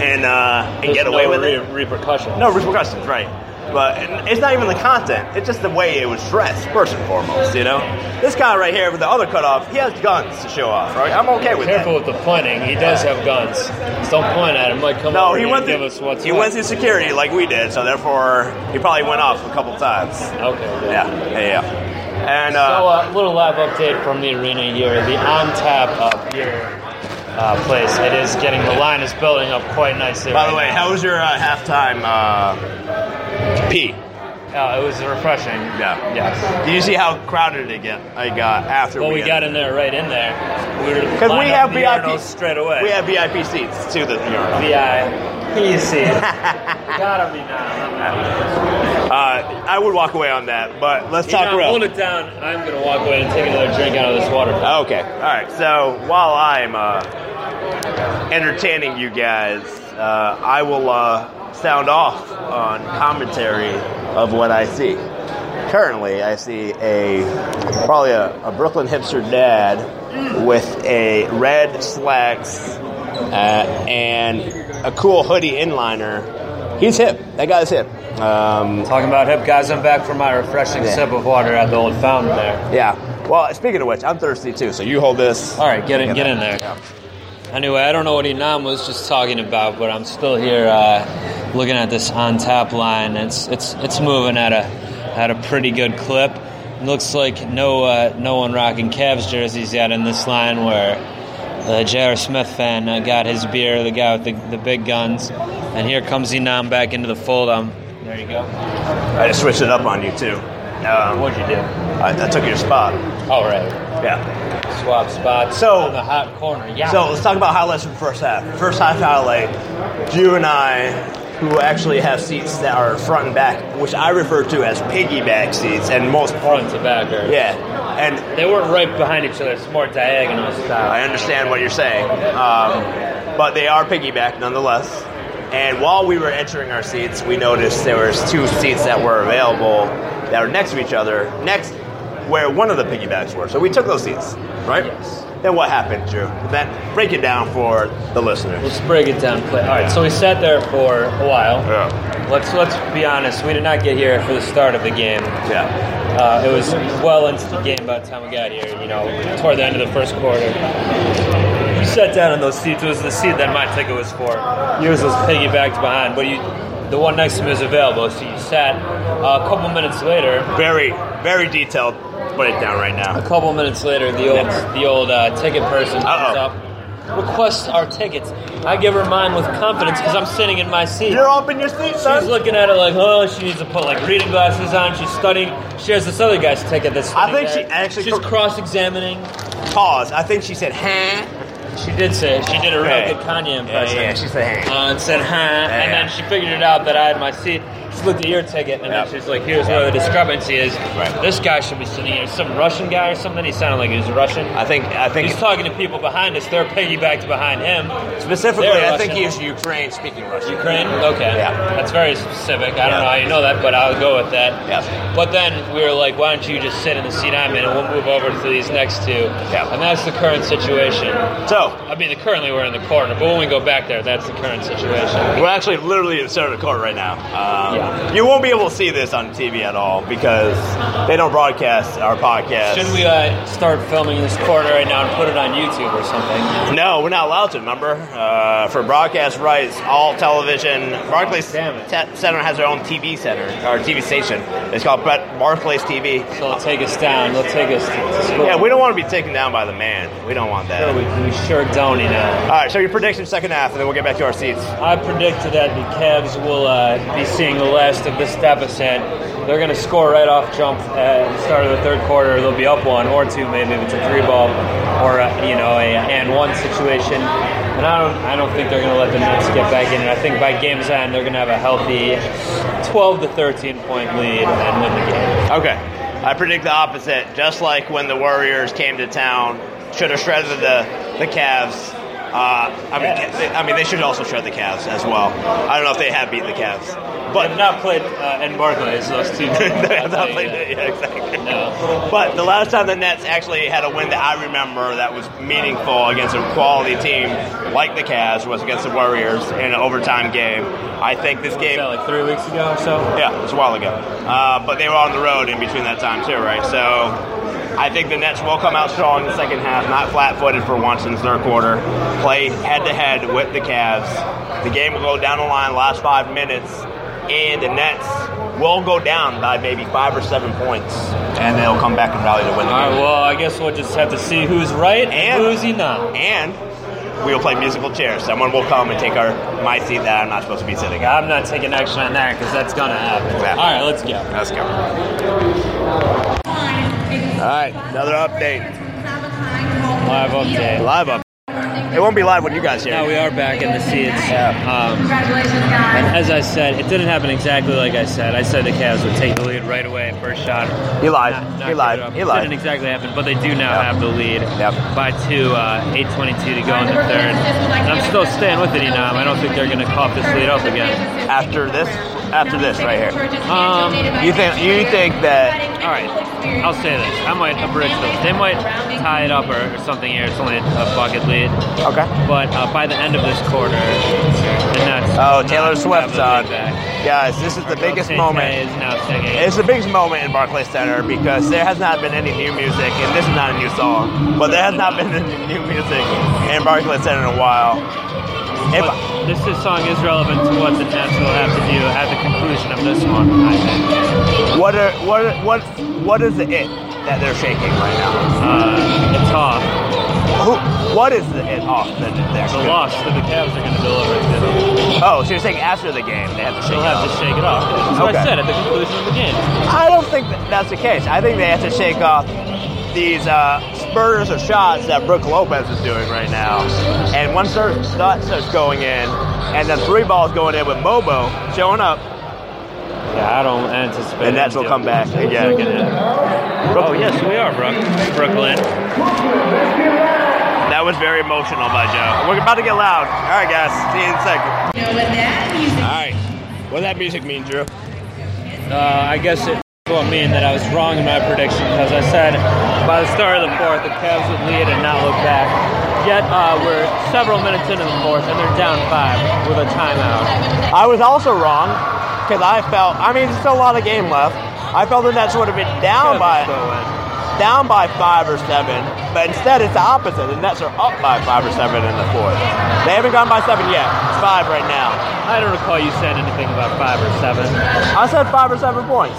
and uh, and
There's
get away
no
with
re-
it.
Repercussions.
No repercussions, right? But it's not even the content; it's just the way it was dressed. First and foremost, you know, this guy right here with the other cutoff, he has guns to show off. Right? I'm okay with
Careful
that.
with the pointing. He does have guns. Just don't point at him. He Might come
No,
over
he
here and
went
give
through,
us what's
he
what.
went through security like we did, so therefore he probably went off a couple times.
Okay. good.
Yeah, yeah, yeah. And uh,
So a little live update from the arena here. The on tap uh, beer uh, place. It is getting the line is building up quite nicely.
by
right
the way,
now.
how was your uh, halftime uh, pee?
Uh, it was refreshing.
Yeah.
Yes.
Do you see how crowded it get? I got after
Well, we
ended?
got in there right in there. We were
because we
lined
have
up the
VIP
urinals straight away.
We have VIP seats to the urinal.
VI. PC. Gotta be now.
Uh, I would walk away on that, but let's talk real.
hold it down. I'm gonna walk away and take another drink out of this water. bottle.
Okay. All right. So while I'm uh, entertaining you guys, uh, I will uh, sound off on commentary of what I see. Currently, I see a probably a, a Brooklyn hipster dad with a red slacks uh, and a cool hoodie inliner. He's hip. That guy's hip. Um,
Talking about hip guys, I'm back for my refreshing
Yeah.
sip of water at the old fountain there.
yeah. Well, speaking of which, I'm thirsty too. So you hold this.
All right, get in, get in there. Anyway, I don't know what Inam was just talking about, but I'm still here uh, looking at this on tap line. It's it's it's moving at a at a pretty good clip. Looks like no uh, no one rocking Cavs jerseys yet in this line. Where the J.R. Smith fan uh, got his beer, the guy with the, the big guns, and here comes Inam back into the fold. Um, there you go.
I just switched it up on you too. Um,
What'd you do?
I, I took your spot.
All right,
Yeah.
swap spots.
So-
on the hot corner. Yeah.
So let's talk about highlights from the first half. First half highlight, you and I, who actually have seats that are front and back, which I refer to as piggyback seats, and most
front to back. or-
yeah. And
They weren't right behind each other. It's more diagonal style.
I understand what you're saying, um, but they are piggyback nonetheless. And while we were entering our seats, we noticed there was two seats that were available that were next to each other, next where one of the piggybacks were. So we took those seats, right?
Yes.
Then what happened, Drew? That break it down for the listeners.
Let's break it down. Play. All right, so we sat there for a while.
Yeah.
Let's let's be honest. We did not get here for the start of the game.
Yeah.
Uh, it was well into the game by the time we got here. You know, toward the end of the first quarter. You sat down in those seats. It was the seat that my ticket was for. Yours was piggybacked behind, but you, the one next to me was available. So you sat. Uh, a couple minutes later,
Very, very detailed breakdown right
A
now.
couple minutes later, the old the old uh, ticket person comes
Uh-oh.
up, requests our tickets. I give her mine with confidence because I'm sitting in my seat.
You're up in your seat,
She's
son.
looking at it like, oh, she needs to put like reading glasses on. She's studying. She has this other guy's ticket that's.
I think
sitting
she
there.
actually-
She's cross examining.
Pause. I think she said, "Huh."
She did say it. She did a real
Okay.
good Kanye
Yeah,
impression.
yeah, she said, hey.
uh, and said, huh? And
yeah.
then she figured it out that I had my seat. She looked at your ticket, and
Yeah.
then she's like, here's where the discrepancy is.
Right.
This guy should be sitting here. Some Russian guy or something. He sounded like he was Russian.
I think, I think
He's talking to people behind us. They're piggybacked behind him.
specifically,
They're
I think
Russian.
he's Ukraine speaking Russian.
Ukraine? Okay.
Yeah.
That's very specific. I
Yeah.
don't know how you know that, but I'll go with that.
Yeah.
But then we were like, why don't you just sit in the seat I'm in and we'll move over to these next two.
Yeah.
And that's the current situation.
So,
I mean, currently we're in the corner, but when we go back there, that's the current situation.
we're actually literally in the center of the court right now. Um,
Yeah.
You won't be able to see this on TV at all because they don't broadcast our podcast.
Should we uh, start filming this corner right now and put it on YouTube or something?
No, we're not allowed to. Remember, uh, for broadcast rights, all television. Barclays
damn it.
Te- Center has their own TV center or TV station. It's called Brett Barclays TV.
So it'll take us down. They'll take us to, to school.
Yeah, we don't want to be taken down by the man. We don't want
Sure,
that.
we, we sure don't, you know.
All right, so your prediction second half, and then we'll get back to our seats.
I predicted that the Cavs will uh, be seeing the last of this deficit. They're going to score right off jump at the start of the third quarter. They'll be up one or two, maybe if it's a three ball or uh, you know a and one situation. And I don't, I don't think they're going to let the Nets get back in. And I think by game's end, they're going to have a healthy 12 to 13 point lead and win the game.
Okay. I predict the opposite. Just like when the Warriors came to town, should have shredded the the Cavs. Uh, I mean,
Yes.
they, I mean, they should also shred the Cavs as well. I don't know if they have beaten the Cavs,
But
but
have not played uh, in Barclays. Those two teams
They have not
played
played
yet.
it. Yeah, exactly.
No.
But the last time the Nets actually had a win that I remember that was meaningful against a quality team like the Cavs was against the Warriors in an overtime game. I think this
Was
game
that like three weeks ago or so?
yeah, it was a while ago. Uh, but they were on the road in between that time too, right? So I think the Nets will come out strong in the second half, not flat-footed for once in the third quarter. Play head-to-head with the Cavs. The game will go down the line last five minutes, and the Nets will go down by maybe five or seven points, and they'll come back and rally to win the
All right,
game.
well, I guess we'll just have to see who's right and,
And-
who's he not.
And we will play musical chairs. Someone will come and take our my seat that I'm not supposed to be sitting at.
I'm not taking action on that because that's gonna happen.
Yeah.
All right, let's go.
Let's go.
All
right, another update.
Live update.
Live up. It won't be live when you guys hear.
Now
it.
we are back in the seats.
Yeah.
Um,
Congratulations,
and
guys.
as I said, it didn't happen exactly like I said. I said the Cavs would take the lead right away, first shot.
He lied.
Not- not
he
give
lied.
it up.
He
It Didn't
lied.
exactly happen, but they do now
Yep.
have the lead
Yep.
by two, uh, 8:22 to go in the third. And I'm still staying with it, Enam. I don't think they're gonna cough this lead up again.
After this, after this right here.
Um,
You think you think that
All right, I'll say this. I might abridge this. They might tie it up or, or something here. It's only a bucket lead.
okay?
But uh, by the end of this quarter, the Nets.
Oh,
will
Taylor
not
Swift's
have
on.
the lead back.
Guys, this is the
Bill
biggest
Tink
moment.
is now singing.
It's the biggest moment in Barclays Center because there has not been any new music, and this is not a new song, but there has not been any new music in Barclays Center in a while. If
But this, this song is relevant to what the Nets will have to do at the conclusion of this one. I think.
what are what are- what what is the it that they're shaking right now?
Uh, it's off.
Who, what is the it off that they're
The
shaking?
loss that the Cavs are going to deliver to them.
Oh, so you're saying after the game they have to shake
They'll
it off?
have to shake it off. That's what I
Okay.
said at the conclusion of the game.
I don't think that that's the case. I think they have to shake off these uh, spurs of shots that Brooke Lopez is doing right now. And once their shot starts going in, and then three balls going in with Mobo showing up,
Yeah, I don't anticipate.
the Nets will come back
Yeah,
again.
get it. Oh yes, we are, Brook. Brooklyn.
That was very emotional by Joe. We're about to get loud. All right, guys. See you in a second. All right. What that music mean, Drew?
Uh, I guess it will mean that I was wrong in my prediction because I said by the start of the fourth the Cavs would lead and not look back. Yet uh, we're several minutes into the fourth and they're down five with a timeout.
I was also wrong because I felt. I mean, there's still a lot of game left. I felt the Nets would have been down by.
So, uh,
down by five or seven, but instead it's the opposite. The Nets are up by five or seven in the fourth. They haven't gone by seven yet. It's five right now.
I don't recall you saying anything about five or seven.
I said five or seven points.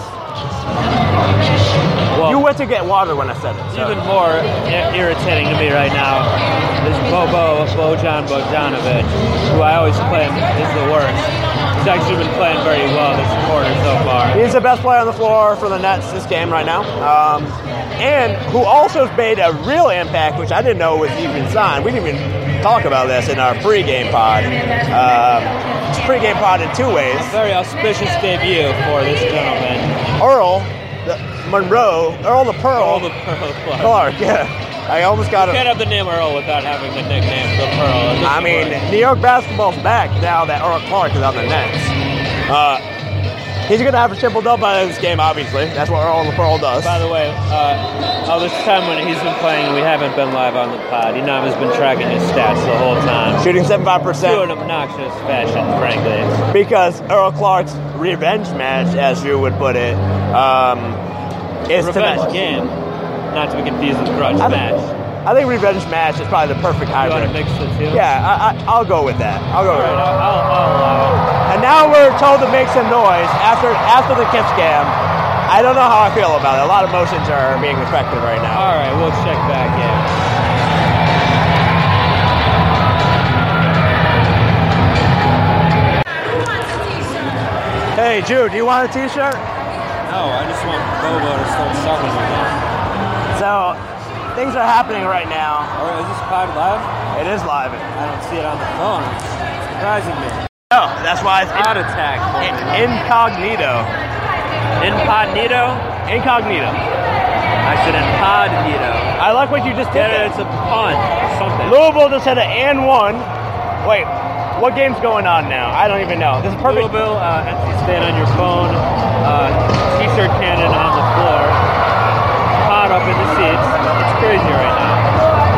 Well,
You went to get water when I said it.
what's
So.
even more i- irritating to me right now is Bobo Bojan Bogdanovic, who I always claim is the worst. He's actually been playing very well this quarter so far.
He's the best player on the floor for the Nets this game right now. Um, and who also has made a real impact, which I didn't know was even signed. We didn't even talk about this in our pregame pod. Uh, it's pregame pod in two ways.
Very auspicious debut for this gentleman.
Earl the Monroe, Earl the Pearl,
Earl the Pearl Clark.
Clark. Yeah, I almost got
Can't
him.
have the name Earl without having the nickname the Pearl. This
I
is
mean,
what-
New York basketball's back now that Earl Clark is on the Nets. Uh, he's going to have a triple double by this game, obviously. That's what Earl the Pearl does.
by the way, uh, all this time when he's been playing, we haven't been live on the pod. Inama's been tracking his stats the whole time.
Shooting
To
75%.
an obnoxious fashion, frankly.
because Earl Clark's revenge match, as you would put it, um, is
Revenge
tonight.
game, not to be confused with grudge
I think,
match.
I think revenge match is probably the perfect
You want to
hybrid.
mix the two?
Yeah, I, I, I'll go with that. I'll
All
go with
right,
that.
I'll, I'll, I'll uh, allow it.
And now we're told to make some noise after after the kiss cam. I don't know how I feel about it. A lot of motions are being affected right now.
All right, we'll check back in.
Hey, Jude, do you want a T-shirt?
No, I just want Bobo to start sucking again.
So things are happening right now.
All right, is this pod live?
It is live.
I don't see it on the phone. It's surprising me.
No, Oh, that's why it's
Pod attack.
incognito.
Incognito?
Incognito.
I said incognito.
I like what you just did.
Yeah, it's a pun. Something.
Louisville just had an and one. Wait, what game's going on now? I don't even know. This is perfect.
Louisville, uh, Etsy stand on your phone, uh, t-shirt cannon on the floor, pot up in the seats. It's crazy right now.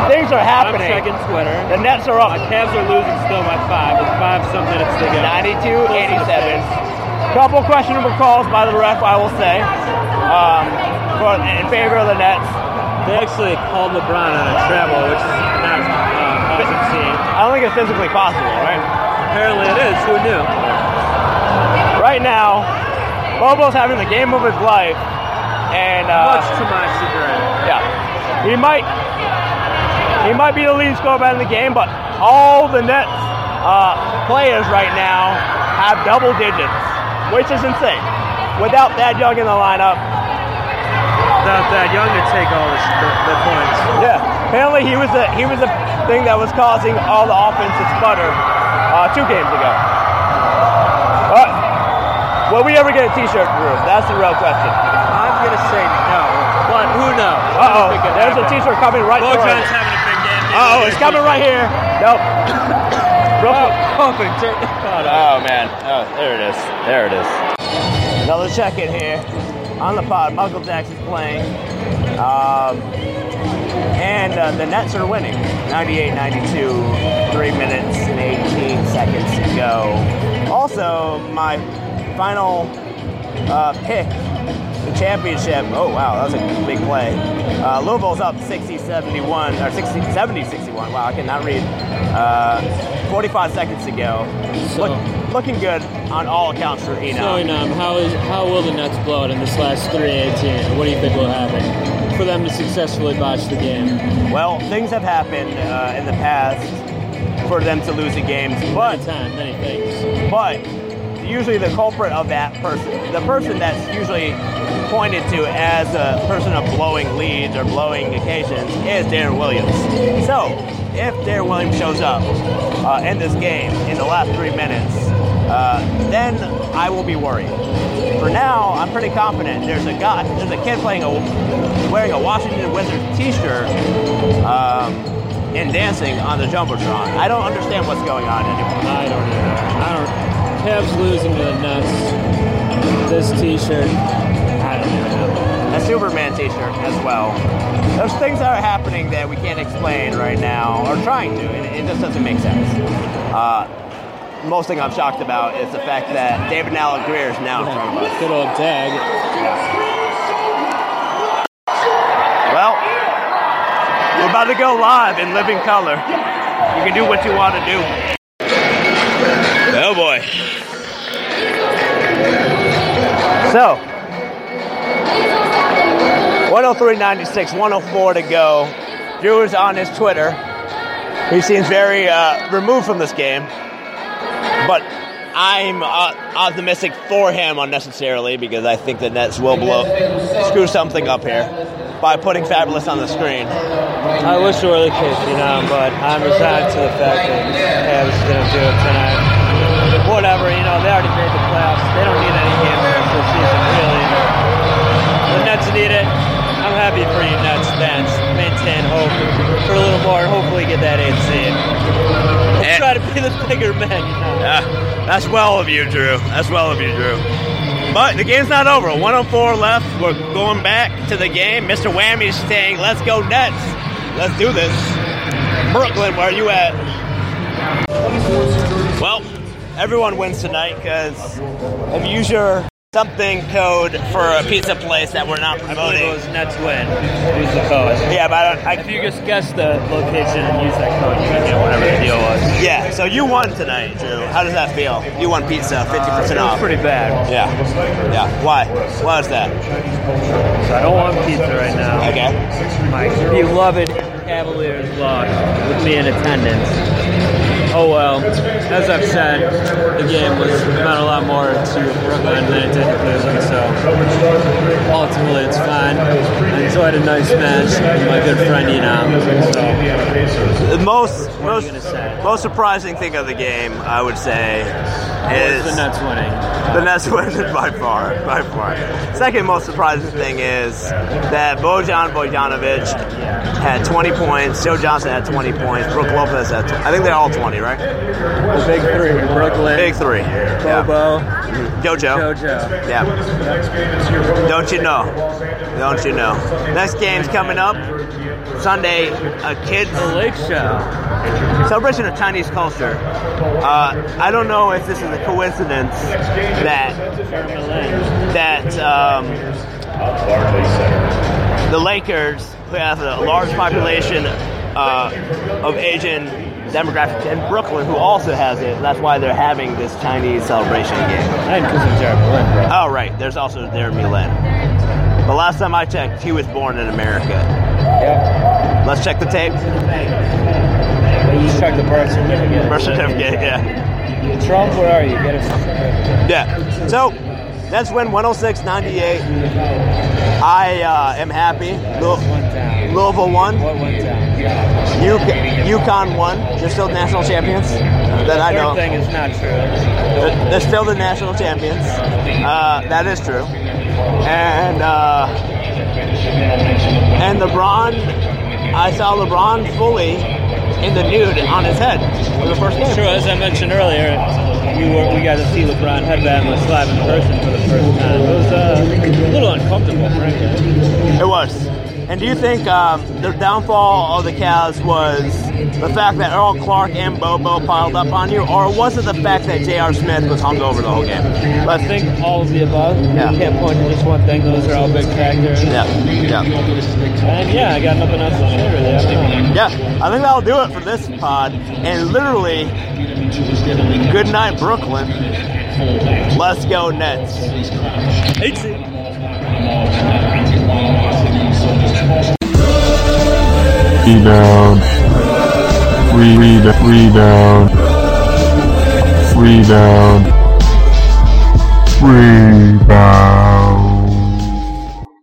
Things are
I'm
happening.
checking Twitter.
The Nets are
My
up
Cavs are losing still by five. It's five some minutes to go.
92-87. Couple questionable calls by the ref, I will say, um, for, in favor of the Nets.
They actually called LeBron on a travel, which is not uh, awesome seeing.
I don't think it's physically possible, right?
Apparently it is. Who knew?
Right now, Bobo's having the game of his life, and
Much
uh,
to my chagrin.
yeah, he might he might be the leading scorer in the game, but all the Nets uh, players right now have double digits, which is insane. Without that young in the lineup,
Without that young to take all the, the, the points.
Yeah, apparently he was the he was the thing that was causing all the offense to sputter uh, two games ago. But will we ever get a T-shirt, Drew? That's the real question.
I'm gonna say no, but who knows?
Uh oh, there's a T-shirt coming right
Bojan's
towards. us.
having a big game.
Uh oh, it's coming right here. Nope. Real quick.
Pumping, turn the pot up.
Oh man. Oh, there it is. There it is. Another check in here on the pod. Michael Jackson's playing. Um, and uh, the Nets are winning 98 92, 3 minutes and 18 seconds to go. Also, my final uh, pick, the championship. Oh, wow, that was a big play. Uh, Louisville's up 60 71, or 60 70 61. Wow, I cannot read. Uh, 45 seconds to go.
So-
Look, looking good on all accounts for Eno.
So, Inam, um, how is how will the Nets blow it in this last 318? What do you think will happen for them to successfully botch the game?
Well, things have happened uh, in the past for them to lose the games, but
One time, many things.
but usually the culprit of that person, the person that's usually pointed to as a person of blowing leads or blowing occasions, is Darren Williams. So if Darren Williams shows up uh, in this game in the last three minutes, uh, then I will be worried. For now, I'm pretty confident. There's a guy, there's a kid playing a wearing a Washington Wizards T-shirt. Um, and dancing on the jumbotron. I don't understand what's going on anymore.
I don't know. I don't. Cavs losing to the Nets. This T-shirt. I don't know.
a Superman T-shirt as well. There's things that are happening that we can't explain right now, or trying to, and it just doesn't make sense. Uh, most thing I'm shocked about is the fact that David and Alec Greer is now in front of us.
Good old tag.
Well, we're about to go live in living color. You can do what you want to do. Oh boy. So, 103.96, 104 to go. Drew is on his Twitter. He seems very uh, removed from this game. But I'm uh, optimistic for him unnecessarily because I think the Nets will blow screw something up here by putting Fabulous on the screen.
I wish it were the case, you know, but I'm resigned to the fact that Cavs is going to do it tonight. Whatever, you know, they already made the playoffs. They don't need any games for the season, really. The Nets need it. I'm happy for you, Nets fans. Maintain hope for a little more and hopefully get that eight seed.
Eh.
Let's try to be the bigger man, you know.
Yeah, Ah, that's well of you, Drew. That's well of you, Drew. But the game's not over. 104 left. We're going back to the game. Mr. Whammy's saying, let's go Nets. Let's do this. Brooklyn, where are you at? Well, everyone wins tonight because if you use your something code for a pizza place that we're not
I believe it
promoting.
was Nets win. Use the code.
Yeah, but I don't, I,
If you just guess the location and use that code, you can get whatever the deal was.
yeah, so you won tonight, Drew. How does that feel? You won pizza, 50%
Uh, It was
off.
pretty bad.
Yeah. Yeah. Why? Why is that?
So I don't want pizza right now.
Okay.
My beloved Cavaliers lost with me in attendance. Oh well, as I've said, the game was meant a lot more to Brooklyn than it did to Cleveland, so ultimately it's fine. I enjoyed a nice match with my good friend Enam. So
The most
are you
most
gonna say?
most surprising thing of the game, I would say, is
it's the Nets winning.
the Nets wins it by far, by far. Second most surprising thing is that Bojan Bojanovic had 20 points, Joe Johnson had 20 points, Brooke Lopez had. Tw- I think they're all 20, right?
The big three, Brooklyn,
Big three. Yeah.
Bobo,
Jojo.
JoJo.
Yeah. Don't you know? Don't you know? Next game's coming up Sunday. A kids
The Lake Show.
celebration of Chinese culture. Uh, I don't know if this is a coincidence that that um, the Lakers, who have a large population uh, of Asian demographics, and Brooklyn, who also has it, that's why they're having this Chinese celebration game.
And because of Jared Lynn, bro.
Oh, right. There's also their Milan. The last time I checked, he was born in America.
Yeah.
Let's check the tape.
You just check the birth certificate.
Birth certificate, yeah.
Trump, where are you? Get a
Yeah. So that's when 106 98. I uh, am happy. Lou-
One down.
Louisville won.
What went down?
UK- UConn won. They're still national champions. That I
Third
know.
thing is not true.
They're they're still the national champions. Uh, that is true. And uh, and LeBron, I saw LeBron fully in the nude on his head for the first game.
True, as I mentioned earlier, we were we got to see LeBron headband was live in person for the first time. It was uh, a little uncomfortable, frankly.
It was. And do you think um, the downfall of the Cavs was the fact that Earl Clark and Bobo piled up on you, or was it the fact that J.R. Smith was hungover the whole game?
I
Let's-
think all of the above.
Yeah.
You can't point to just one thing. Those are all big factors.
Yeah, yeah,
And yeah, I got nothing else to say really. I don't know.
yeah. I think that'll do it for this pod. And literally, good night, Brooklyn. Let's go, Nets.
Three down. Three, three, da- three down. Three down. Three down.